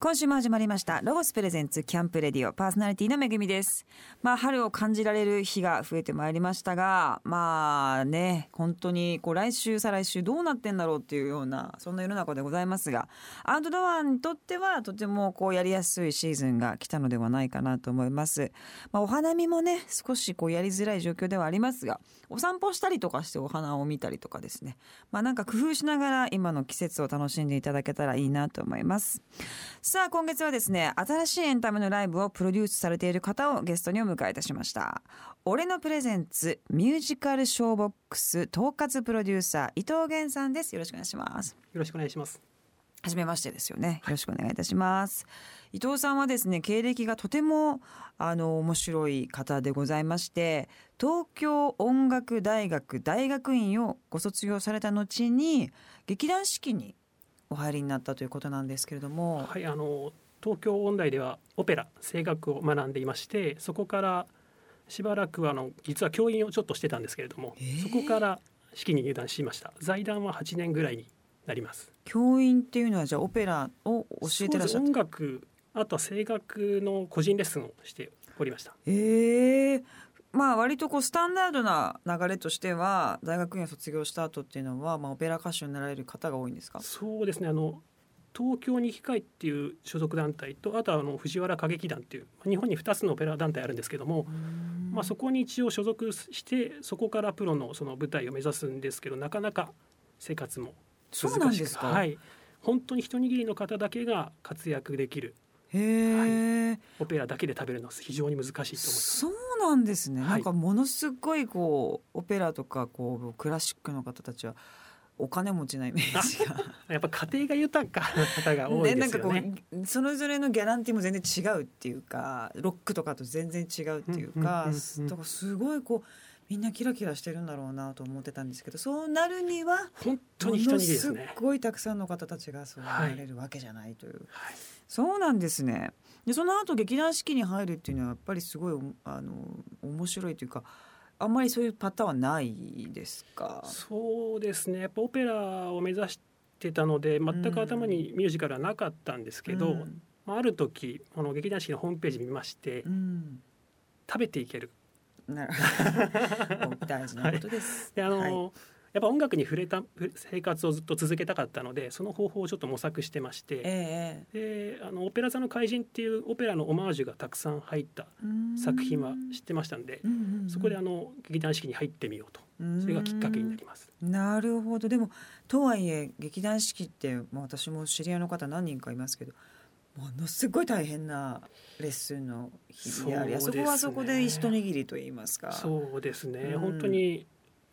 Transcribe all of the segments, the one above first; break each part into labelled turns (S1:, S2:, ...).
S1: 今週も始まりましたロゴスプレゼンツキャンプレディオパーソナリティのめぐみですまあ春を感じられる日が増えてまいりましたがまあね本当にこう来週再来週どうなってんだろうっていうようなそんな世の中でございますがアウトドアにとってはとてもこうやりやすいシーズンが来たのではないかなと思いますまあお花見もね少しこうやりづらい状況ではありますがお散歩したりとかしてお花を見たりとかですねまあなんか工夫しながら今の季節を楽しんでいただけたらいいなと思いますさあ今月はですね新しいエンタメのライブをプロデュースされている方をゲストにお迎えいたしました俺のプレゼンツミュージカルショーボックス統括プロデューサー伊藤源さんですよろしくお願いします
S2: よろしくお願いします。
S1: はじめましてですよねよろしくお願いいたします、伊藤さんはですね経歴がとてもあの面白い方でございまして東京音楽大学大学院をご卒業された後に劇団四季にお入りになったということなんですけれども、
S2: はい、あの東京音大ではオペラ声楽を学んでいまして、そこからしばらくはあの実は教員をちょっとしてたんですけれども、
S1: えー
S2: そこから式に入団しました。財団は8年ぐらいになります。
S1: 教員っていうのはじゃあオペラを教えてらっしゃ
S2: そう
S1: る
S2: です音楽あとは声楽の個人レッスンをしておりました。
S1: ええまあ割とこうスタンダードな流れとしては大学院を卒業した後っていうのは、まあ、オペラ歌手になられる方が多いんですか
S2: そうですね。あの東京に機会っていう所属団体とあとはあの藤原歌劇団っていう日本に2つのオペラ団体あるんですけども、まあ、そこに一応所属してそこからプロのその舞台を目指すんですけどなかなか生活も難し
S1: そう
S2: く
S1: なんですか
S2: はい、本当に一握りの方だけが活躍できる
S1: へえ、
S2: オペラだけで食べるのは非常に難しいと思います。
S1: そうなんですね、
S2: はい
S1: なんかものすごいこうオペラとかこうクラシックの方たちはお金持ちなイメージが、
S2: やっぱ家庭が豊かな方 が多
S1: ね
S2: いで
S1: なん
S2: す
S1: か
S2: よ
S1: こ
S2: ね。
S1: うそれぞれのギャランティーも全然違うっていうかロックとかと全然違うっていうか、
S2: うんうんうんうん
S1: だからすごいこうみんなキラキラしてるんだろうなと思ってたんですけどそうなるには
S2: 本当
S1: も
S2: に一握
S1: の
S2: りです
S1: すっ
S2: ね。
S1: ごいたくさんの方たちがそうなれるわけじゃないという、
S2: はい
S1: そうなんですねでその後劇団四季に入るっていうのはやっぱりすごいあの面白いというかあんまりそういうパターンはないですか
S2: そうですねやっぱオペラを目指してたので全く頭にミュージカルはなかったんですけど、
S1: うん
S2: まあ、ある時あの劇団四季のホームページ見まして、
S1: うん
S2: 食べていける
S1: なる 大事なことです、
S2: であの、
S1: はい
S2: やっぱ音楽に触れたふ生活をずっと続けたかったのでその方法をちょっと模索してまして
S1: ええ
S2: であの「オペラ座の怪人」っていうオペラのオマージュがたくさん入った
S1: うん
S2: 作品は知ってましたんで、
S1: うんうんうん
S2: そこであの劇団四季に入ってみようと
S1: うん
S2: それがきっかけになります。
S1: なるほどでもとはいえ劇団四季って、まあ、私も知り合いの方何人かいますけどものすごい大変なレッスンの日々でありあ
S2: そ
S1: そう
S2: ですね
S1: こはそこで一握りと言いますか
S2: そうですね、
S1: うん
S2: 本当に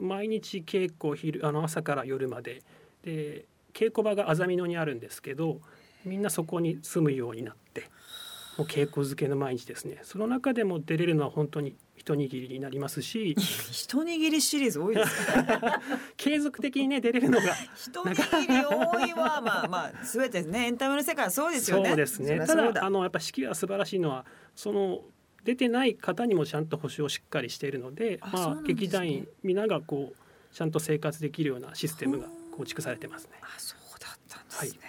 S2: 毎日稽古昼あの朝から夜までで稽古場があざみ野にあるんですけどみんなそこに住むようになってもう稽古漬けの毎日ですねその中でも出れるのは本当に一握りになりま すし
S1: 一握りシリーズ多いですね
S2: 継続的にね出れるのが
S1: 一握り多いはまあまあ全てねエンタメの世界はそう ですよね
S2: そうです
S1: そり
S2: ね
S1: ゃ
S2: た
S1: そう
S2: だあのやっぱ式が素晴らしいのはその出てない方にもちゃんと補償をしっかりしているので
S1: あそう
S2: ま
S1: な
S2: あ、
S1: んですね
S2: 劇団員皆がこうちゃんと生活できるようなシステムが構築されてますね。
S1: あそうだったんですね、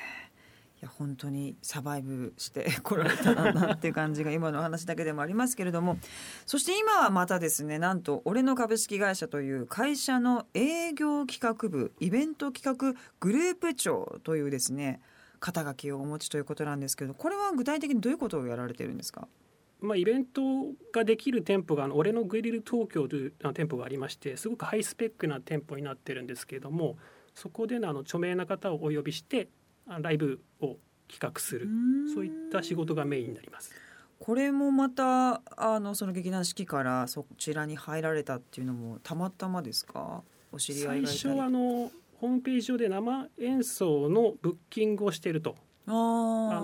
S1: い、や本当にサバイブして こられたなっていう感じが今のお話だけでもありますけれどもそして今はまたですねなんと「俺の株式会社」という会社の営業企画部イベント企画グループ長というですね肩書きをお持ちということなんですけどこれは具体的にどういうことをやられてるんですか
S2: まあ、イベントができる店舗があの俺のグリル東京というあの店舗がありましてすごくハイスペックな店舗になってるんですけれどもそこでのあの著名な方をお呼びしてあライブを企画するそういった仕事がメインになります。
S1: これもまたあのその劇団四季からそちらに入られたっていうのもたまたまですかお知り合い
S2: 最
S1: がいたり
S2: 初はあのホームページ上で生演奏のブッキングをしていると
S1: あ
S2: あ
S1: ー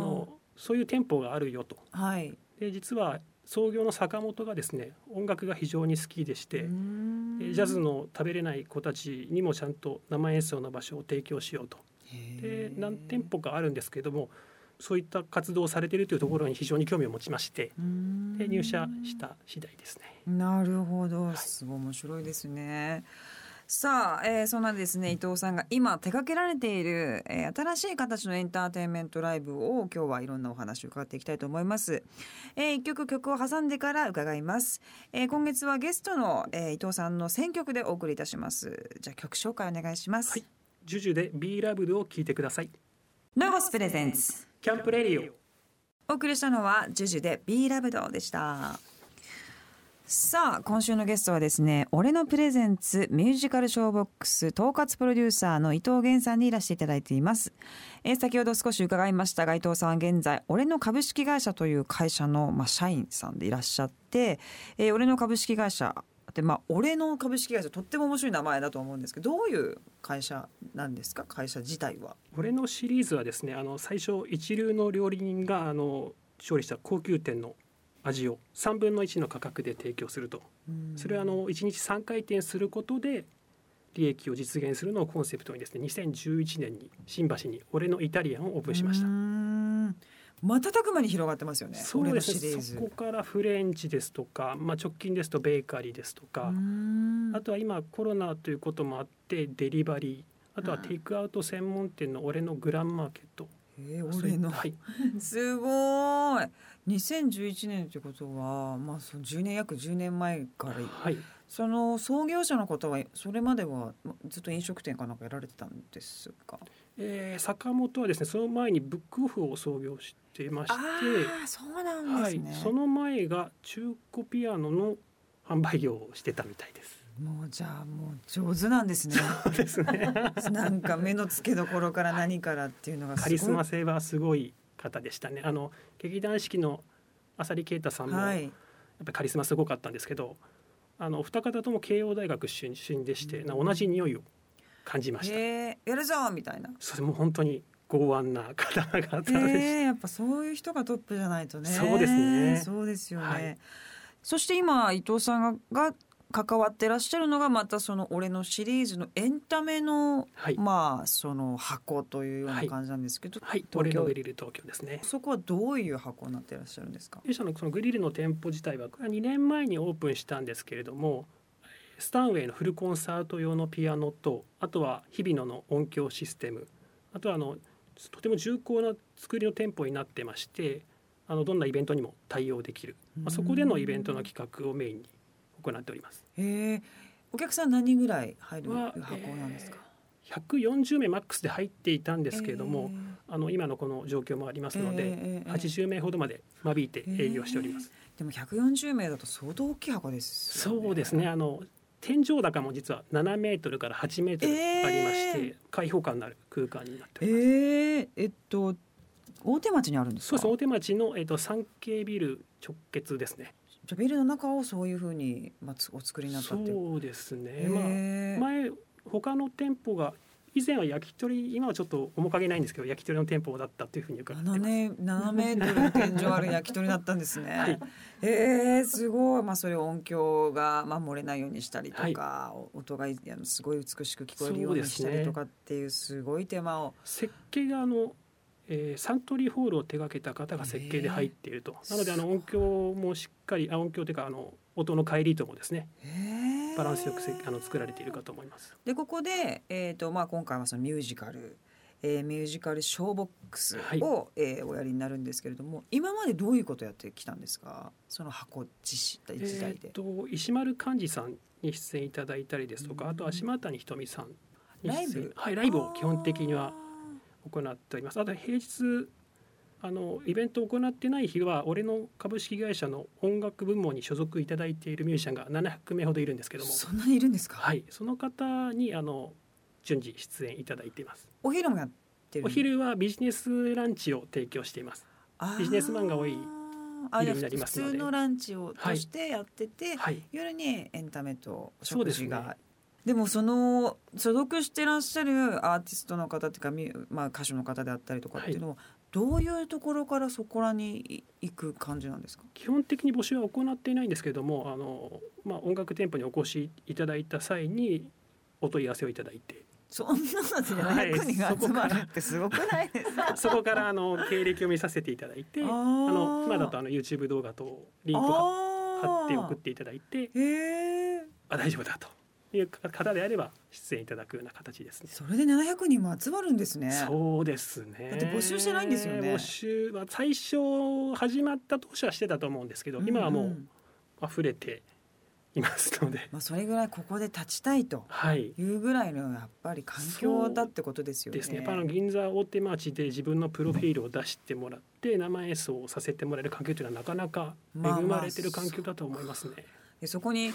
S2: のそういう店舗があるよと
S1: はい
S2: で実は創業の坂本がですね音楽が非常に好きでして、
S1: うーん
S2: でジャズの食べれない子たちにもちゃんと生演奏の場所を提供しようとで
S1: へー
S2: 何店舗かあるんですけどもそういった活動をされているというところに非常に興味を持ちまして
S1: うーん
S2: で入社した次第ですね。
S1: なるほど
S2: い
S1: すごい面白いですね、さあ、えー、そんなですね伊藤さんが今手掛けられている、えー、新しい形のエンターテインメントライブを今日はいろんなお話を伺っていきたいと思います、えー、一曲曲を挟んでから伺います、えー、今月はゲストの、えー、伊藤さんの選曲でお送りいたしますじゃあ曲紹介お願いします、
S2: はいジュジュで B ラブルを聞いてください。
S1: ロゴスプレゼンツ
S2: キャンプレディオ。
S1: お送りしたのはジュジュで B ラブドでしたさあ今週のゲストはですね俺のプレゼンツミュージカルショーボックス統括プロデューサーの伊藤源さんにいらしていただいています、えー先ほど少し伺いましたが伊藤さんは現在俺の株式会社という会社の、まあ、社員さんでいらっしゃって、えー俺の株式会社ってまあ、俺の株式会社とっても面白い名前だと思うんですけどどういう会社なんですか会社自体は。
S2: 俺のシリーズはですね、あの最初一流の料理人があの調理した高級店の味を3分の1の価格で提供すると。それはあの1日3回転することで利益を実現するのをコンセプトにですね2011年に新橋に「俺のイタリアン」をオープンしました
S1: うー。ん瞬く間に広がってますよね。
S2: そうで
S1: 俺のシリ
S2: す
S1: ー
S2: ね
S1: ズ
S2: そこからフレンチですとか、まあ、直近ですとベーカリーですと
S1: う
S2: か
S1: ー、ん
S2: あとは今コロナということもあってデリバリーあとはテイクアウト専門店の俺のグランマーケット、
S1: えー
S2: そうい
S1: 俺の
S2: はい、
S1: すごい。2011年ってことは、まあその10年約10年前から
S2: はい、
S1: その創業者の方はそれまではまずっと飲食店かなんかやられてたんですか。
S2: えー坂本はですねその前にブックオフを創業してまして
S1: あ、そうな
S2: はい、その前が中古ピアノの販売業をしてたみたいです。
S1: もうじゃあもう上手なんですね。
S2: そうですね
S1: なんか目の付けどころから何からっていうのがすご
S2: カ
S1: い
S2: リスマ性はすごい方でしたねあの劇団四季の浅利啓太さんも、
S1: は
S2: やっ
S1: い。
S2: ぱりカリスマすごかったんですけどあのお二方とも慶応大学出身でして、な同じ匂いを感じました
S1: へえやるぞみたいな。
S2: それも本当に剛腕な方々でした、
S1: ええやっぱそういう人がトップじゃないとね。
S2: そうですね
S1: そうですよね。
S2: はい
S1: そして今伊藤さんがが関わってらっしゃるのがまたその俺のシリーズのエンタメの、
S2: はい、
S1: まあその箱というよう
S2: は
S1: ない感じなんですけど、
S2: はい、
S1: 京
S2: トレードグリル東京ですね
S1: そこはどういう箱になってらっしゃるんですか。
S2: 弊社のそのグリルの店舗自体はこれは2年前にオープンしたんですけれどもスタンウェイのフルコンサート用のピアノとあとは日比野の音響システムあとはあのとても重厚な作りの店舗になってましてあのどんなイベントにも対応できる、まあ、そこでのイベントの企画をメインに行っております。
S1: へえお客さん何人ぐらい入る
S2: は
S1: 箱なんですか。
S2: えー140名マックスで入っていたんですけれども、
S1: え
S2: あの今のこの状況もあります
S1: え
S2: ので、
S1: ええええ
S2: 80名ほどまで間引いて営業しております。
S1: でも140名だと相当大きい箱ですよ、
S2: そうですね。あの天井高も実は7メートルから8メートルありまして、
S1: え
S2: 開放感のある空間になっております。
S1: えええっと大手町にあるんです
S2: そう
S1: か。
S2: ですね。大手町のえっ、と三景ビル直結ですね。
S1: じゃあビルの中をそういうふうにまあつお作りになったっていう。
S2: そうですね。ま
S1: へ
S2: あ
S1: ー
S2: 前他の店舗が以前は焼き鳥今はちょっと面影ないんですけど焼き鳥の店舗だったというふうに伺ってま
S1: 7
S2: す。
S1: 年7メートルの天井ある焼き鳥だったんですね。
S2: はい
S1: えーすごい。まあそれを音響がまあ漏れないようにしたりとか、お音がいあのすごい美しく聞こえるようにしたりとかっていうすごい手間を。
S2: 設計があの、えーサントリーホールを手掛けた方が設計で入っていると、
S1: え
S2: なのであの音響もしっかりあ音響というかあの音の帰りともですね
S1: えー
S2: バランスよくせあの作られているかと思います。
S1: でここで、えーとまあ、今回はそのミュージカル、えーミュージカルショーボックスを、
S2: はい
S1: えーおやりになるんですけれども今までどういうことやってきたんですかその箱自体時代
S2: え
S1: で
S2: ー、。と石丸幹二さんに出演いただいたりですとか、
S1: うん
S2: あとは島谷ひとみさんに出演
S1: ライブ
S2: はいライブを基本的には
S1: あー
S2: 行っております。あと平日あのイベントを行ってない日は俺の株式会社の音楽部門に所属いただいているミュージシャンが700名ほどいるんですけども、
S1: そんなにいるんですか。
S2: はい、その方にあの順次出演いただいています。
S1: お昼もやってる。
S2: お昼はビジネスランチを提供しています。
S1: あー
S2: ビジネスマンが多い
S1: あ
S2: 昼になりますので
S1: じゃあ普通のランチを
S2: は
S1: と
S2: い
S1: してやってて、
S2: はい、
S1: 夜にエンタメと
S2: そ
S1: 食
S2: うです
S1: 事
S2: ね
S1: が。でもその所属してらっしゃるアーティストの方っていうか、みまあ、歌手の方であったりとかっていうのは、どういうところからそこらに行く感じなんですか
S2: 基本的に募集は行っていないんですけどもあの、まあ、音楽店舗にお越しいただいた際にお問い合わせをいただ いて
S1: そんなのじゃな
S2: はい
S1: い国が
S2: そ
S1: 集
S2: こ
S1: ま
S2: から
S1: るってすごくないですか
S2: そこからあの経歴を見させていただいて
S1: あ
S2: あ
S1: ー
S2: の今だとあの YouTube 動画とリンクを貼っ貼って送っていただいて
S1: へえ
S2: あ大丈夫だという方であれば出演いただくような形ですね。
S1: それで700人も集まるんですね。
S2: そうですね。
S1: だって募集してないんですよね
S2: 募集は最初始まった当初はしてたと思うんですけど、今はも
S1: ん
S2: うん溢れていますので、
S1: まあそれぐらいここで立ちたいと
S2: はい。
S1: いうぐらいのやっぱり環境だってことですよね。
S2: ですね。やっぱあの銀座大手町で自分のプロフィールを出してもらって生演奏をさせてもらえる環境というのはなかなか恵まれてる環境だと思いますね。
S1: でそこに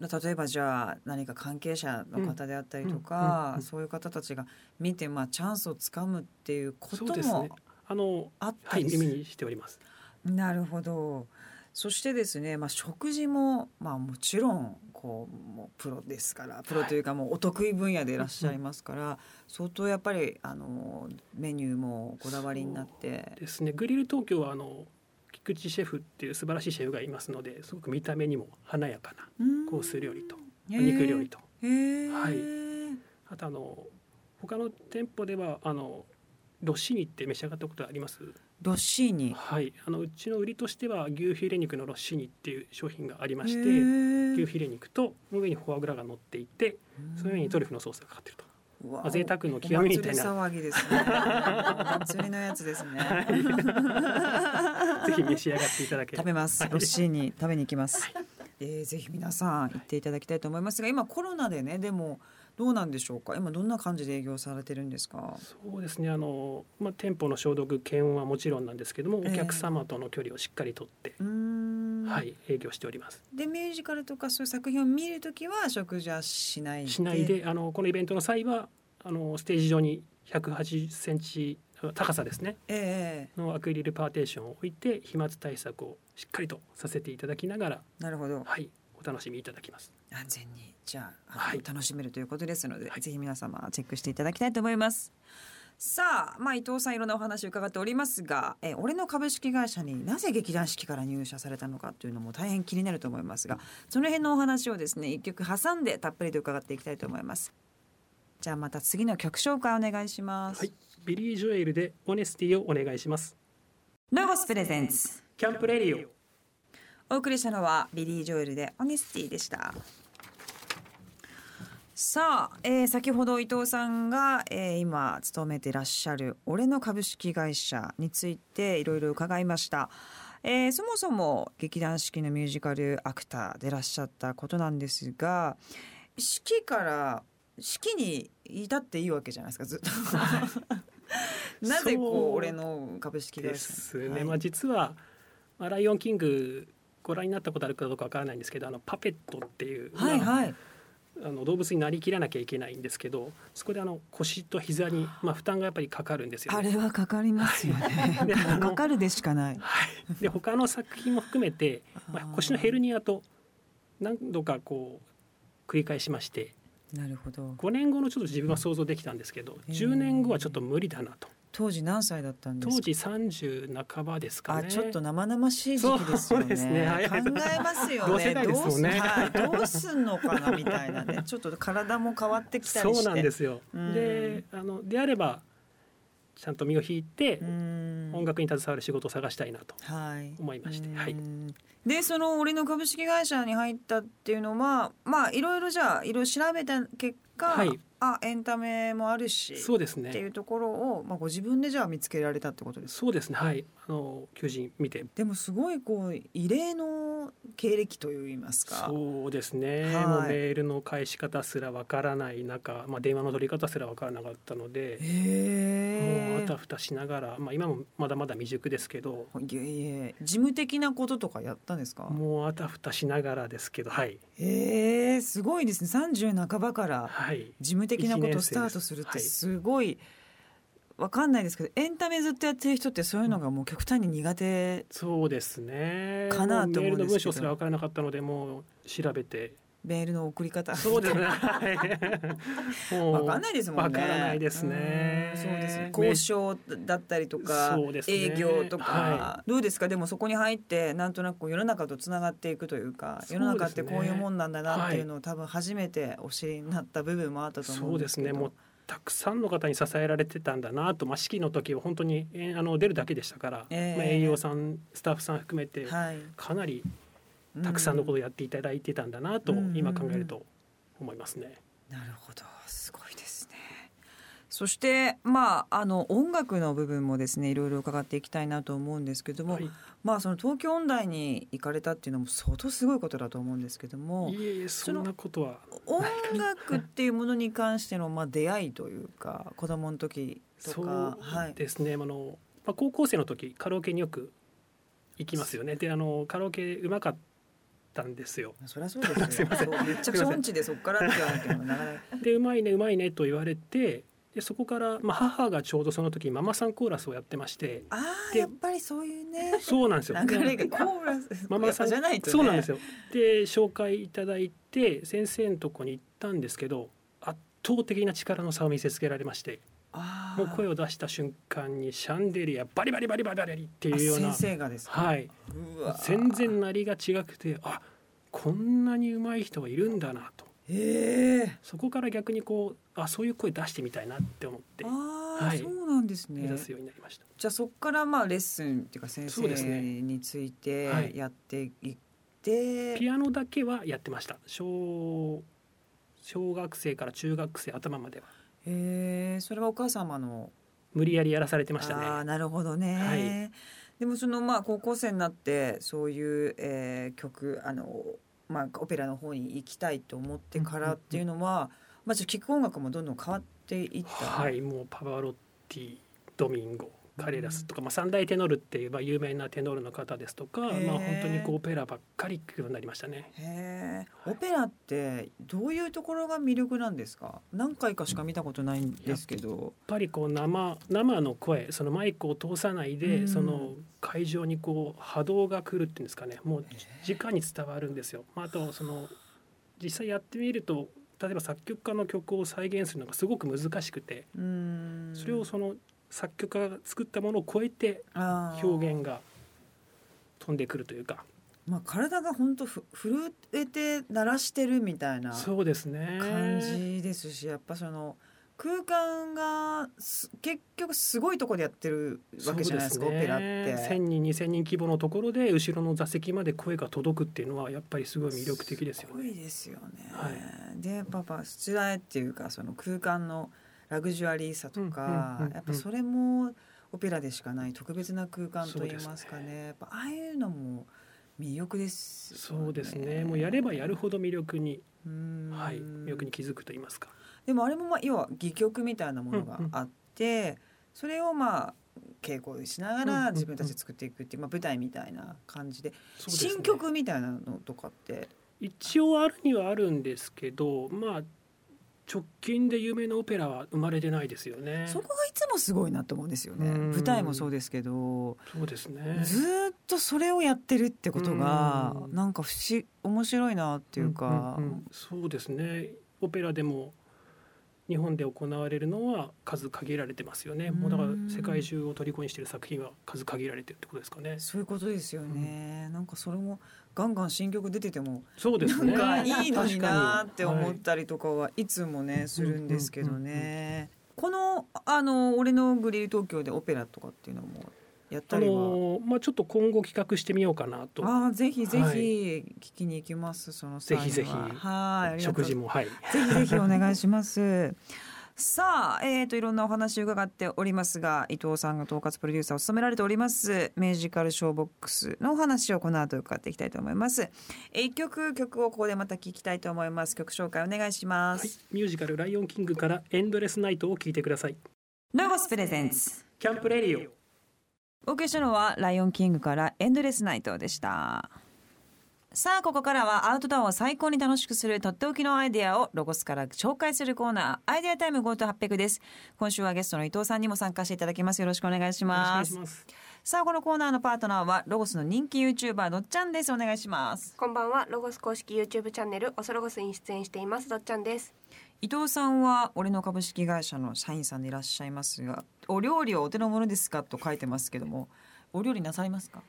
S1: 例えばじゃあ何か関係者の方であったりと
S2: うんうん
S1: か、
S2: うん
S1: そういう方たちが見てまあチャンスをつかむっていうこ
S2: そう
S1: と
S2: ですね
S1: も。
S2: あの
S1: あった
S2: はい
S1: りす
S2: 耳にしております。
S1: なるほど。そしてですね、まあ、食事も、まあ、もちろんこうもうプロですからプロというかもうお得意分野でいらっしゃいますから、相当やっぱりあのメニューもこだわりになって
S2: ですね。グリル東京はあの菊池シェフっていう素晴らしいシェフがいますので、すごく見た目にも華やかなコース料理とお肉料理と、
S1: へえ、
S2: はいあとあの他の店舗ではあのロッシーニって召し上がったことあります？
S1: ロッシーニ
S2: はい。あのうちの売りとしては牛フィレ肉のロッシーニっていう商品がありまして。牛
S1: て
S2: フィレ肉とその上にフォアグラが乗っていてその上にトリュフのソースがかかってると、 まあ、贅沢の極みみたいな
S1: お祭り騒ぎですね。お祭りのやつですね。
S2: ぜひ召し上がっていただけ
S1: 食
S2: れば
S1: べます。
S2: はい
S1: ロッシーニ食べに行きます。えー、ぜひ皆さん行っていただきたいと思いますが、今コロナでね、でもどうなんでしょうか。今どんな感じで営業されてるんですか。
S2: そうですねあの、まあ、店舗の消毒検温はもちろんなんですけどもお
S1: ええ
S2: 客様との距離をしっかりとって、
S1: うーん。
S2: はい、営業しております
S1: でミュージカルとかそういう作品を見るときは食事はしないで。
S2: しない。であのこのイベントの際はあのステージ上に180センチ高さですね
S1: ええ
S2: のアクリルパーテーションを置いて飛沫対策をしっかりとさせていただきながら、
S1: なるほど。
S2: はい、お楽しみいただきます。
S1: 安全にじゃああの
S2: はい
S1: 楽しめるということですので、
S2: はい
S1: ぜひ皆様チェックしていただきたいと思います。さあ、まあ、伊藤さんいろんなお話伺っておりますがえ俺の株式会社になぜ劇団四季から入社されたのかというのも大変気になると思いますがその辺のお話をですね一曲挟んでたっぷりと伺っていきたいと思いますじゃあまた次の曲紹介お願いします、
S2: はい、ビリー・ジョエルでオネスティをお願いします。
S1: ロゴスプレゼンツ
S2: キャンプレディオ。
S1: お送りしたのはビリー・ジョエルでオネスティでしたさあ、えー先ほど伊藤さんが、えー今勤めていらっしゃる俺の株式会社についていろいろ伺いました、えーそもそも劇団四季のミュージカルアクターでいらっしゃったことなんですが四季から四季に至っていいわけじゃないですかずっと なぜこ
S2: そう
S1: う俺の株式会
S2: で
S1: 社
S2: すね。
S1: はい
S2: まあ実は「まあライオンキング」ご覧になったことあるかどうかわからないんですけどあのパペットっていう、
S1: はい
S2: まあ
S1: はい
S2: あの動物になりきらなきゃいけないんですけどそこであの腰と膝に、まあ、負担がやっぱりかかるんですよ、ね。
S1: あれはかかりますよね。
S2: であの
S1: かかるでしかない。
S2: はい、で他の作品も含めて、まあ、腰のヘルニアと何度かこう繰り返しまして
S1: なるほど。
S2: 5年後のちょっと自分は想像できたんですけど
S1: へー
S2: 10年後はちょっと無理だなと
S1: 当時何歳だったんで
S2: 当
S1: すか。
S2: 時30半ばですか
S1: あ、
S2: ね。
S1: ちょっと生々しい時期ですよ
S2: そう
S1: ね。
S2: ですねはい
S1: 考えますよね。
S2: 同世代ですもんね
S1: どうすはいどうすんのかなみたいなね。 ちょっと体も変わってきたりして。。
S2: そうなんですすよ。
S1: うん
S2: で、あのであればちゃんと身を引いて
S1: ん。
S2: 音楽に携わる仕事を探したいなと
S1: はい。
S2: 思いまして、
S1: うん
S2: はい。
S1: でその俺の株式会社に入ったっていうのはまあいろいろじゃあいろいろ調べた結果、
S2: はい
S1: あエンタメもあるし
S2: そうです
S1: ってい
S2: ね。
S1: うところを、まあ、ご自分でじゃあ見つけられたってことですか
S2: そうですね。はい。あの求人見て。
S1: でもすごいこう異例の経歴といいますか
S2: そうですね、
S1: はい
S2: もうメールの返し方すらわからない中、まあ、電話の取り方すらわからなかったので、
S1: へ
S2: もうあ
S1: え
S2: たふたしながら、まあ、今もまだまだ未熟ですけど
S1: いえいえ事務的なこととかやったんですか
S2: もうあたふたしながらですけどはい
S1: へえすごいですね30半ばから
S2: はい
S1: 事務的なこ
S2: 一
S1: とを
S2: 年生です
S1: スタートするって
S2: はい
S1: すごいわかんないですけどエンタメずっとやってる人ってそういうのがもう極端に苦手
S2: そうですね
S1: かなと思うんですけど
S2: もメールの文章すらわからなかったのでもう調べて
S1: メールの送り方
S2: そうですね。も
S1: わかんないですもんね。
S2: わからないですね
S1: うんそうですね
S2: ね。
S1: 交渉だったりとか、
S2: そうですね
S1: 営業とか、
S2: は
S1: どうですか。でもそこに入ってなんとなくこう世の中とつながっていくというか、世の中ってこういうもんなんだなっていうのを多分初めてお知りになった部分もあったと思
S2: そううんで
S1: です
S2: す
S1: けど。
S2: ね。もうたくさんの方に支えられてたんだなと、まあ式の時は本当にえーあの出るだけでしたから、
S1: ええ
S2: まあ営業さん、スタッフさん含めて
S1: はい。
S2: かなりたくさんのことをやっていただいてたんだなと、
S1: うん
S2: 今考えると思いますね。
S1: なるほどすごいですねそしてまああの音楽の部分もですねいろいろ伺っていきたいなと思うんですけども、
S2: はい
S1: まあその東京音大に行かれたっていうのも相当すごいことだと思うんですけども
S2: いえいえそんなことは
S1: 音楽っていうものに関してのまあ出会いというか子供の時と
S2: そ
S1: か
S2: う
S1: はい
S2: ですね、あのまあ、高校生の時カラオケによく行きますよねであのカラオケうまかったんですよ
S1: そりゃそうですよそうめっちゃくちゃ音痴でそっからって言わなきゃなかなか
S2: でうまいねうまいねと言われてでそこから、まあ、母がちょうどその時ママさんコーラスをやってまして
S1: あー
S2: で
S1: やっぱりそういうね
S2: そうなんですよ
S1: 流れがコーラス
S2: ママさん
S1: じゃないと、ね、
S2: そうなんですよで紹介いただいて先生のとこに行ったんですけど圧倒的な力の差を見せつけられまして
S1: あー
S2: もう声を出した瞬間にシャンデリアバリバリバリバリバリって
S1: あ
S2: いうような
S1: 先生がですか
S2: はい、
S1: うわー
S2: 全然鳴りが違くてあこんなに上手い人がいるんだなと
S1: ええ
S2: そこから逆にこうあそういう声出してみたいなって思って
S1: ああ、
S2: はい
S1: そうなんです
S2: 目
S1: ね
S2: 指。すようになりました。
S1: じゃあそこからまあレッスンっていうか先
S2: そうです
S1: 生
S2: ね
S1: につい
S2: は
S1: て
S2: い
S1: やっていって、
S2: ピアノだけはやってました小小学生から中学生頭までは
S1: ええそれはお母様の、
S2: 無理やりやらされてましたね
S1: ああなるほどね。
S2: は
S1: でもそのまあ高校生になってそういう、えー曲あのまあオペラの方に行きたいと思ってからっていうのは、まあちょっと聴く音楽もどんどん変わっていった。
S2: はいもうパワロッティドミンゴカレラスとか、まあ、三大テノールっていうまあ有名なテノールの方ですとか、まあ、
S1: へー
S2: 本当にこうオペラばっかり行くようになりましたね。
S1: へえ、オペラってどういうところが魅力なんですか。何回かしか見たことないんですけど。
S2: やっぱりこう生生の声そのマイクを通さないで、
S1: うん
S2: その会場にこう波動が来るっていうんですかねもう直に伝わるんですよ。まあ、あとその実際やってみると例えば作曲家の曲を再現するのがすごく難しくて
S1: うーん
S2: それをその作曲家が作ったものを超えて表
S1: 現
S2: 現が飛んでくるというか
S1: まあ体が本当ふ震えて鳴らしてるみたいな
S2: そうですね
S1: 感じですし、やっぱその空間がす結局すごいとこでやってるわけじゃないですか
S2: そう
S1: オペ
S2: ね
S1: ラって
S2: 1,000。人2,000人規模のところで後ろの座席まで声が届くっていうのはやっぱりすごい魅力的ですよ
S1: ごい
S2: ね。
S1: ですよね。
S2: は
S1: でパパ出題っていうかその空間のラグジュアリーさとか、
S2: うんうんうんうん
S1: やっぱそれもオペラでしかない特別な空間といいますか
S2: そう
S1: ね
S2: です
S1: やっぱああいうのも魅力ですよね、
S2: そうですねもうやればやるほど魅力に、
S1: うーん
S2: はい、魅力に気づくと言いますか
S1: でもあれもまあ要は戯曲みたいなものがあって、それをまあ稽古しなが
S2: うんうんう
S1: ら
S2: ん
S1: 自分たちで作っていくっていう、まあ、舞台みたいな感じで
S2: そうですね
S1: 新曲みたいなのとかって
S2: 一応あるにはあるんですけどまあ直近で有名なオペラは生まれてないですよね
S1: そこがいつもすごいなと思うんですよね
S2: うん
S1: 舞台もそうですけど
S2: そうですね
S1: ずーっとそれをやってるってことが
S2: うん
S1: なんか不思面白いなっていうか
S2: んんんそうですねオペラでも日本で行われるのは数限られてますよねもうだから
S1: うん
S2: 世界中を虜にしている作品は数限られてるってことですかね
S1: そういうことですよねなんかそれもガンガン新曲出てても
S2: そうで
S1: な
S2: す
S1: ん
S2: ね
S1: かいいのになーって思っ
S2: 確か
S1: たりとかはいつもねするんですけど
S2: うんうん
S1: ねこのあの俺のグリル東京でオペラとかっていうのもやった
S2: に
S1: り
S2: はいあ
S1: は
S2: のーまあちょっと今後企画してみようかなと
S1: あーぜひぜひ
S2: はい
S1: 聞きに行きますその際には
S2: ぜひぜひ
S1: はいありがとう
S2: 食事もはい
S1: ぜひぜひお願いします。さあ、えー、といろんなお話を伺っておりますが伊藤さんが統括プロデューサーを務められておりますミュージカルショーボックスのお話をこの後伺っていきたいと思いますえー一曲曲をここでまた聞きたいと思います曲紹介お願いしま
S2: はい
S1: す、、
S2: ミュージカル「ライオンキング」から「エンドレスナイト」を聞いてください。
S1: ロゴスプレゼンツ
S2: キャンプレディオ
S1: お送りしたのは「ライオンキング」から「エンドレスナイト」でしたさあここからはアウトドアを最高に楽しくするとっておきのアイデアをロゴスから紹介するコーナー「アイデアタイム GoTo800」です今週はゲストの伊藤さんにも参加していただきますよろしくお願いし
S2: お願
S1: ま
S2: い
S1: す
S2: します。
S1: さあこのコーナーのパートナーはロゴスの人気 YouTuber のっちゃんですお願いします
S3: こんばんはロゴス公式 YouTube チャンネルオソロゴスに出演していますどっちゃんです
S1: 伊藤さんは俺の株式会社の社員さんでいらっしゃいますがお料理はお手の物ですかと書いてますけどもお料理なさいますか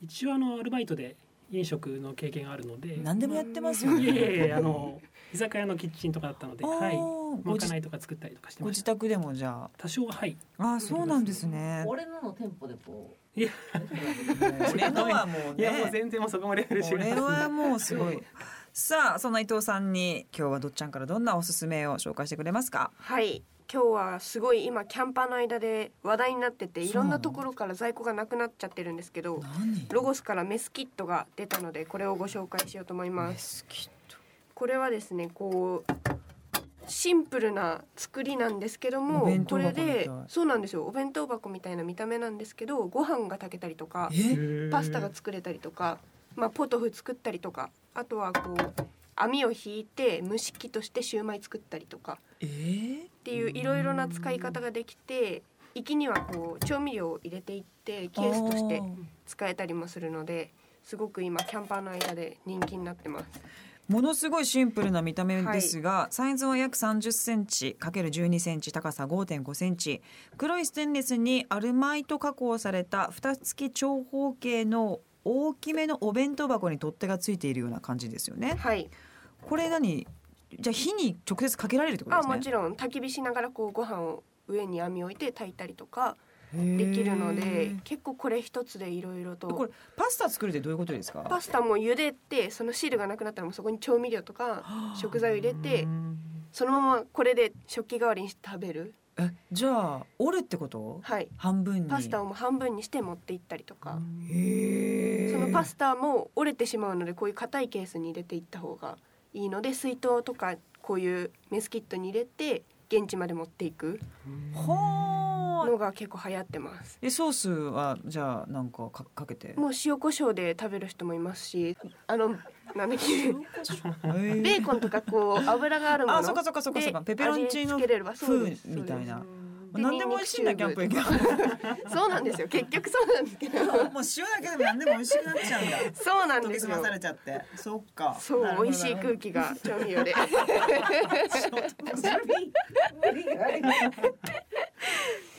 S2: 一応あのアルバイトで飲食の経験があるので、い
S1: 何でもやってますよ
S2: え
S1: ね
S2: いえいえあの居酒屋のキッチンとかだったので、
S1: あー
S2: はい、
S1: ご
S2: ま
S1: じ
S2: かないとか作ったりとかし て
S1: ご
S2: ま
S1: 自
S2: した。
S1: 宅でもじゃあ
S2: 多少ははい、
S1: ああそうなんですね。
S4: 俺のの店舗でこう。
S2: いや
S1: 俺のはもう
S2: いやもう
S1: ね。
S2: 全然もうそこまで嬉しい
S1: 俺
S2: です。
S1: はもうすごい。さあそんな伊藤さんに今日はどっちゃんからどんなおすすめを紹介してくれますか
S3: はい今日はすごい今キャンパーの間で話題になってていろんなところから在庫がなくなっちゃってるんですけどロゴスからメスキットが出たのでこれをご紹介しようと思います
S1: スキ
S3: これはですねこうシンプルな作りなんですけど
S1: お
S3: も
S1: 弁当
S3: こ
S1: 箱
S3: れ
S1: みたい
S3: でそうなんですよお弁当箱みたいな見た目なんですけどご飯が炊けたりとか
S1: え
S3: パスタが作れたりとか、まあ、ポトフ作ったりとかあとはこう網を引いて蒸し器としてシューマイ作ったりとか
S1: えー
S3: っていういろいろな使い方ができて粋にはこう調味料を入れていってケースとして
S1: あー
S3: 使えたりもするのですごく今キャンパーの間で人気になってます。
S1: ものすごいシンプルな見た目ですが、サイズは約30センチ ×12 センチ高さ5.5センチ黒いステンレスにアルマイト加工された蓋付き長方形の大きめのお弁当箱に取っ手がついているような感じですよね
S3: はい、
S1: これ何じゃあ火に直接かけられるってこと
S3: あ
S1: ですね
S3: もちろん焚き火しながらこうご飯を上に網を置いて炊いたりとか
S1: へ
S3: で
S1: ー
S3: きるので結構これ一つでいろいろと
S1: これパスタ作るってどういうことですか
S3: パスタも茹でてその汁がなくなったらもうそこに調味料とか食材を入れてそのままこれで食器代わりにして食べる
S1: えじゃあ折るってこと
S3: はい
S1: 半分に
S3: パスタ
S1: を
S3: をもう半分にして持っていったりとか
S1: へ
S3: そのパ
S1: タ
S3: スタも折れてしまうのでこういう硬いケースに入れていった方がいいので水筒とかこういうメスキットに入れて現地まで持っていく
S1: ほー
S3: のが結構流行ってます
S1: えソースはじゃあなんかかかけて
S3: もう塩コショウで食べる人もいますしあのなん だっけベーコンとかこう油があるもの
S1: あそっかそっかそっかそっか
S3: で
S1: ペペロンチーノ
S3: 味付けれればそう
S1: 風
S3: です
S1: みたいな
S3: で
S1: 何でも美味しいんだキ
S3: ニン
S1: ャ
S3: ニ
S1: ンプ
S3: ク
S1: 行けば
S3: そうなんですよ結局そうなんですけど
S1: もう塩だけでも何でも美味しくなっちゃうんだ
S3: そうなん
S1: 研
S3: で
S1: ぎ
S3: す
S1: 澄ま
S3: よ
S1: されちゃってそっか
S3: そう美味しい空気が調味料 で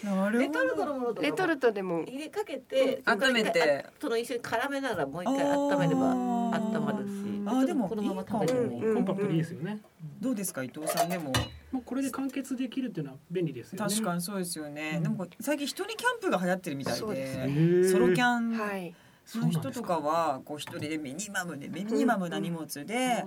S1: なる
S4: レ
S1: ほ
S4: トルト
S1: ど
S4: のものとか
S3: レ
S4: も
S3: トルトでも
S4: 入れかけて
S1: 温めて
S4: あその一緒に絡めながらもう一回温めれば
S1: あー
S4: 温まるし
S1: あーでも
S4: このまま食べてもいい、
S3: いいかも
S2: コンパクトでいいですよね。
S1: どうですか伊藤さんでも
S2: もうこれで完結できるっていうのは便利ですよね。
S1: 確かにそうですよね、でも最近一人キャンプが流行ってるみたい
S3: そうです
S1: で
S2: に
S1: ソロキャン
S3: はい
S1: の人とかはこう一人でミニマムでミニマムな荷物で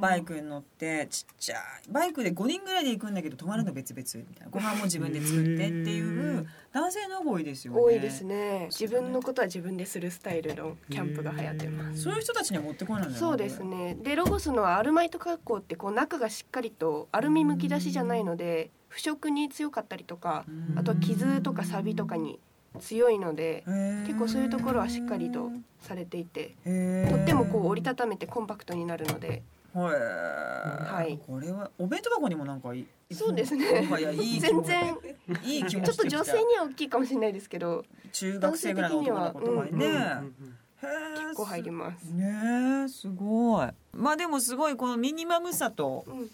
S1: バイクに乗ってちっちゃいバイクで5人ぐらいで行くんだけど泊まるの別々みたいなご飯も自分で作ってっていう男性の方が多いですよね
S3: 多いですね自分のことは自分でするスタイルのキャンプが流行ってます
S2: す
S1: そういう人たちには持ってこないんだよね
S3: そうですねでロゴスのアルマイト加工ってこう中がしっかりとアルミむき出しじゃないので腐食に強かったりとか
S1: うん
S3: あとは傷とか錆とかに強いので
S1: へー
S3: 結構そういうところはしっかりとされていて
S1: へー
S3: とってもこう折りたためてコンパクトになるので
S1: はい、
S3: はい
S1: これはお弁当箱にもなんかいい
S3: そうですね
S1: なんかいやいい気
S3: 全
S1: も
S3: 然
S1: いい気も
S3: ちょっ
S1: してき
S3: と
S1: た
S3: 女性には大きいかもしれないですけど
S1: 中学生ぐらいの男の子とかにね、
S3: 男性的に
S2: はうん
S1: 結
S3: 結構入ります。
S1: ねえすごいまあでもすごいこのミニマムさと
S3: うん、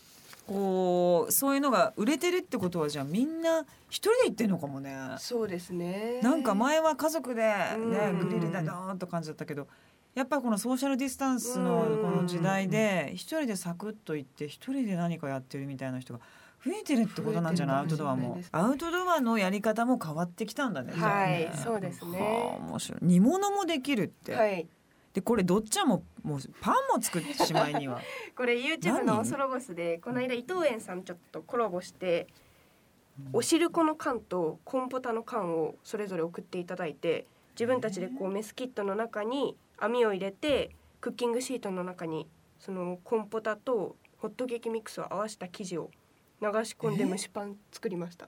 S1: こうそういうのが売れてるってことはじゃあみんな一人で行ってんのかもね
S3: そうですね。
S1: なんか前は家族でね
S3: うん
S1: グリルでドーンと感じだったけどやっぱりこのソーシャルディスタンスの
S3: うん
S1: この時代で一人でサクッと行って一人で何かやってるみたいな人が増えてるってことなんじゃないアウ
S3: 増
S1: ト
S3: えてる
S1: ドア
S3: か
S1: も
S3: もしれないです
S1: アウトドアのやり方も変わってきたんだねじゃあ
S3: はい
S1: ね、
S3: そうです
S1: はあ
S3: ね。
S1: 面白い煮物もできるって、
S3: はい、
S1: でこれどっちゃんももうパンも作ってしまいには
S3: これ YouTube の
S1: 何
S3: ソロゴスでこの間伊藤園さんちょっとコラボしておしるこの缶とコンポタの缶をそれぞれ送っていただいて自分たちでこうメスキットの中に網を入れてクッキングシートの中にそのコンポタとホットケーキミックスを合わせた生地を流し込んで蒸しパン作りました。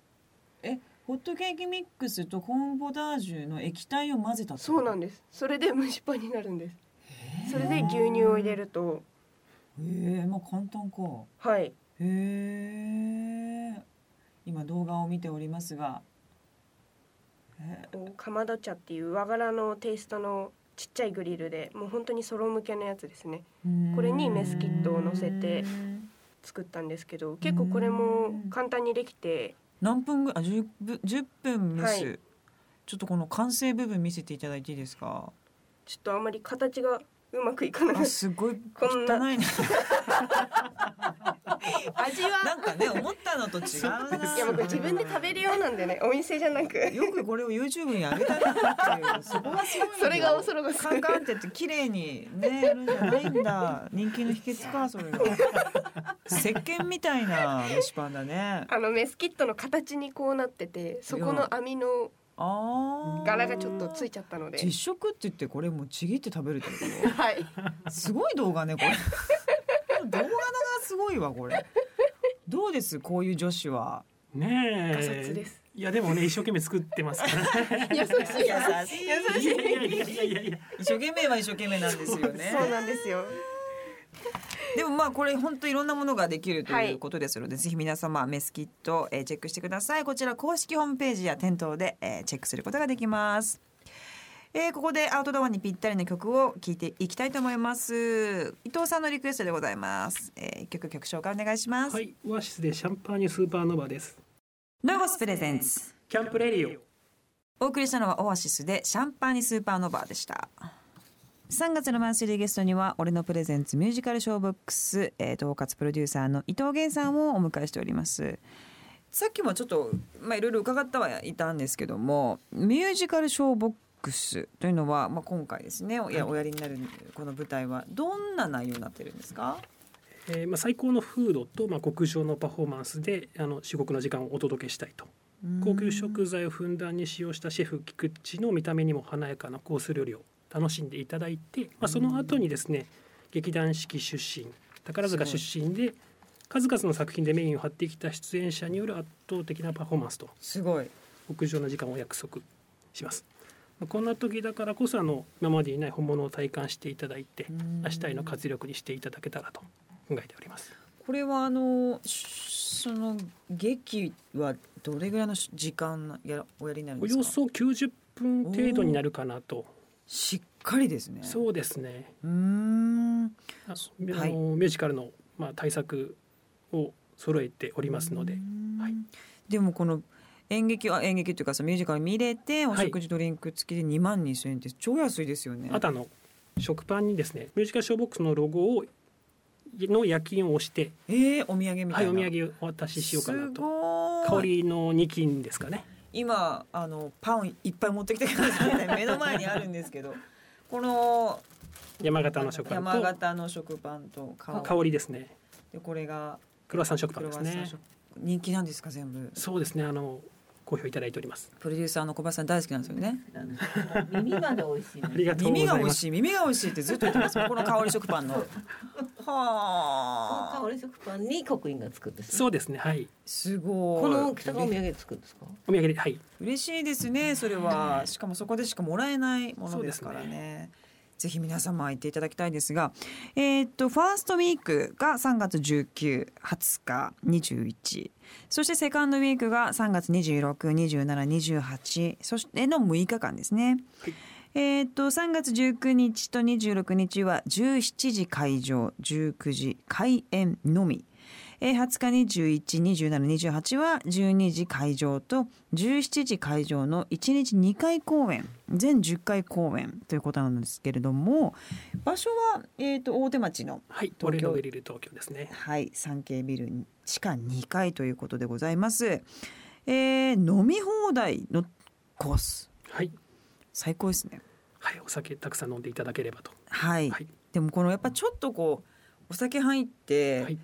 S1: ホットケーキミックスとコーンポタージュの液体を混ぜたってこと
S3: そうなんです。それで蒸しパンになるんです。それで牛乳を入れると、
S1: へえまあ簡単か
S3: はい、
S1: へえ今動画を見ておりますがへ
S3: こうかまど茶っていう和柄のテイストのちっちゃいグリルで、もう本当にソロ向けのやつですね。
S1: え
S3: これにメスキットを乗せて作ったんですけど、結構これも簡単にできて、
S1: 何分ぐらい10分10分蒸す、
S3: は
S1: ちょっとこの完成部分見せていただいていいです か
S3: ちょっとあんまり形がうまくいかなかっ
S1: あすごい
S3: こんな
S1: 汚いね
S3: 味は
S1: なんかね思ったのと違うない
S3: やもうこれ自分で食べるようなんでねお店じゃなく
S1: よくこれを YouTube に上げたなっていうそこがすごいよ
S3: それが恐ろがす
S1: カンカンってやって綺麗にねやるんじゃないんだ人気の秘訣かそれが石鹸みたいな蒸しパンだね
S3: あのメスキットの形にこうなっててそこの網の
S1: あー
S3: 柄がちょっとついちゃったので
S1: 実食って言ってこれもうちぎって食べるってこ
S3: はい
S1: とすごい動画ねこれ動画がすごいわこれどうですこういう女子は
S2: ねえ。
S3: ガサツです
S2: いやで もね一生懸命作ってますからね。
S3: 優しい
S1: しい
S2: いやいやいやいやいやいや。
S1: 一生懸命は一生懸命なんですよね
S3: そうなんですよ
S1: でもまあこれ本当いろんなものができるということですので、ぜひ皆様メスキット、えーチェックしてくださいこちら公式ホームページや店頭で、えーチェックすることができます、えーここでアウトドアにぴったりの曲を聴いていきたいと思います伊藤さんのリクエストでございます、えー、一曲曲紹介お願いします、
S2: はい。オアシスでシャンパーニュスーパーノヴァです。
S1: ロゴスプレゼンツ
S2: キャンプレディオ。
S1: お送りしたのはオアシスでシャンパーニスーパーノバーでした3月のマンスリーゲストには俺のプレゼンツミュージカルショーボックス、えー、統括プロデューサーの伊藤源さんをお迎えしておりますさっきもちょっとまあいろいろ伺ったはいたんですけどもミュージカルショーボックスというのは、まあ、今回ですねおやおやりになるこの舞台はどんな内容になってるんですか
S2: えーまあ最高の風土とまあ極上のパフォーマンスであの至極の時間をお届けしたいと。高級食材をふんだんに使用したシェフ菊池の見た目にも華やかなコース料理を楽しんでいただいて、まあ、その後にですね劇団四季出身宝塚出身で数々の作品でメインを張ってきた出演者による圧倒的なパフォーマンスと
S1: すごい
S2: 屋上の時間を約束します。まあこんな時だからこそあの今までにない本物を体感していただいて明日への活力にしていただけたらと考えております。
S1: これはあのしその劇はどれぐらいのし時間なやらおやりになるん
S2: お
S1: ですか
S2: よそ90分程度になるかなと。
S1: しっかりですねう
S2: そうですね。
S1: うーん
S2: あの
S1: はい
S2: ミュージカルの、まあ、対策を揃えておりますので、はい
S1: でもこの演劇は演劇というかそのミュージカル見れてお
S2: はい
S1: 食事ドリンク付きで2万2000円って超安いですよね、
S2: あとあの食パンにですねミュージカルショーボックスのロゴをの焼き印を押して、
S1: ええお土産みた
S2: はいい、
S1: な、
S2: お土産をお渡ししようかな
S1: す
S2: と
S1: ごい
S2: 香りの二金ですかね
S1: 今あのパンいっぱい持ってきてください ね目の前にあるんですけどこの
S2: 山形の食パ
S1: 山
S2: ン
S1: 形の食パンと香
S2: と香りですね
S1: でこれが
S2: クロワッサン食パ
S1: ク
S2: ン
S1: ロ
S2: で
S1: ワ
S2: す
S1: ッサン
S2: ね
S1: 食人気なんですか全部
S2: そうですねあの好評いただいております
S1: プロデューサーの小林さん大好きなんですよね
S4: 耳まで美味しい
S2: あり
S4: ね。
S2: がとうござ
S1: 耳
S2: い
S1: が美
S2: ま
S1: 味
S2: す
S1: しい耳が美味しいってずっと言ってますこの香り食パンのは
S4: その
S1: あ
S4: 香り食パンに刻印がつくんですね。
S2: そうですねはい
S1: すごい
S4: この大きさがお土産でつくんですか。
S2: お土産ではい
S1: 嬉しいですねそれはしかもそこでしかもらえないものですからね
S2: そうです
S1: ぜひ皆様行っていただきたいんですがえーっとファーストウィークが3月1920日21そしてセカンドウィークが3月262728そしての6日間ですね、
S2: はい
S1: えーっと3月19日と26日は17時会場19時開演のみえー20日に112728は12時会場と17時会場の1日2回公演全10回公演ということなんですけれども場所は、えー、と大手町の、
S2: はい
S1: 京
S2: 俺のベリル東京ですね
S1: はい、3K ビル地下2階ということでございます。えー飲み放題のコース
S2: はい
S1: 最高ですね。
S2: はいお酒たくさん飲んでいただければと
S1: はい、
S2: はい
S1: でもこのやっぱちょっとこうお酒入って、
S2: はい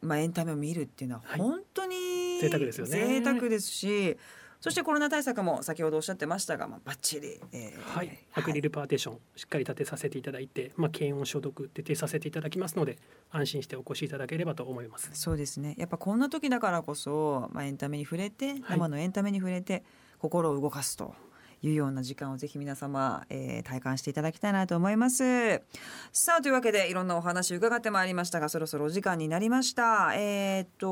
S1: まあ、エンタメを見るっていうのは
S2: はい
S1: 本当に
S2: 贅沢ですよね
S1: 贅沢ですしそしてコロナ対策も先ほどおっしゃってましたが、まあ、バッチリ、えー
S2: はい、アクリルパーテーションしっかり立てさせていただいて、まあ、検温消毒徹底させていただきますので安心してお越しいただければと思います。
S1: そうですねやっぱこんな時だからこそ、まあ、エンタメに触れて生のエンタメに触れて、心を動かすというような時間をぜひ皆様、えー体感していただきたいなと思いますさあというわけでいろんなお話伺ってまいりましたがそろそろお時間になりましたえーっと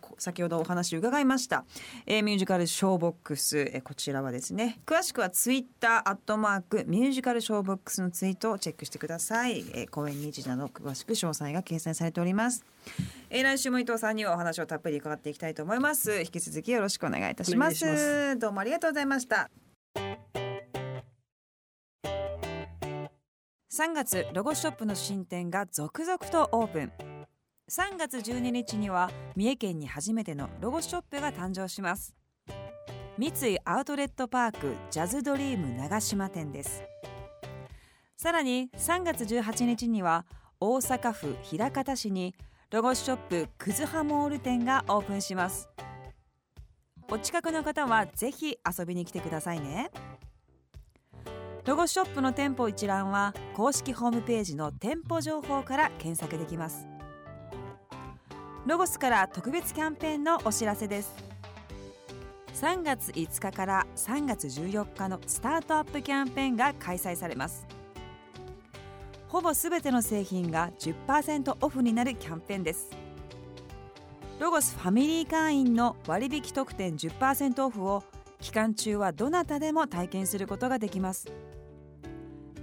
S1: こ先ほどお話伺いました、えーミュージカルショーボックス、えーこちらはですね詳しくはツイッターアットマークミュージカルショーボックスのツイートをチェックしてください、えー公演日時など詳しく詳細が掲載されておりますえー来週も伊藤さんにはお話をたっぷり伺っていきたいと思います引き続きよろしくお願いいたします
S2: お願いし
S1: どうもありがとうございました3月ロゴショップの新店が続々とオープン3月12日には三重県に初めてのロゴショップが誕生します三井アウトレットパークジャズドリーム長島店ですさらに3月18日には大阪府枚方市にロゴショップくずはモール店がオープンしますお近くの方はぜひ遊びに来てくださいねロゴショップの店舗一覧は公式ホームページの店舗情報から検索できますロゴスから特別キャンペーンのお知らせです3月5日から3月14日のスタートアップキャンペーンが開催されますほぼすべての製品が10%オフになるキャンペーンですロゴスファミリー会員の割引特典10%オフを期間中はどなたでも体験することができます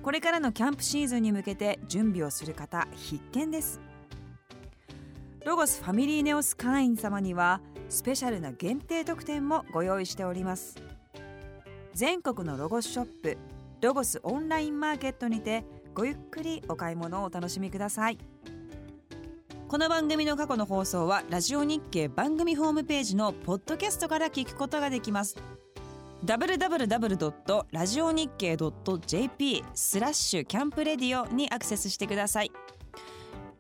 S1: これからのキャンプシーズンに向けて準備をする方必見ですロゴスファミリーネオス会員様にはスペシャルな限定特典もご用意しております全国のロゴスショップロゴスオンラインマーケットにてごゆっくりお買い物をお楽しみくださいこの番組の過去の放送はラジオ日経番組ホームページのポッドキャストから聞くことができます www.radionickei.jp スラッシュキャンプレディオにアクセスしてください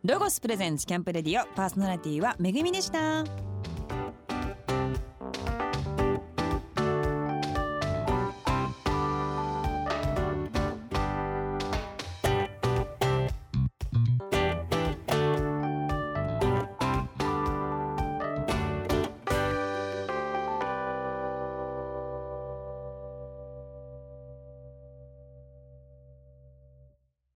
S1: ロゴスプレゼンツキャンプレディオパーソナリティはめぐみでした。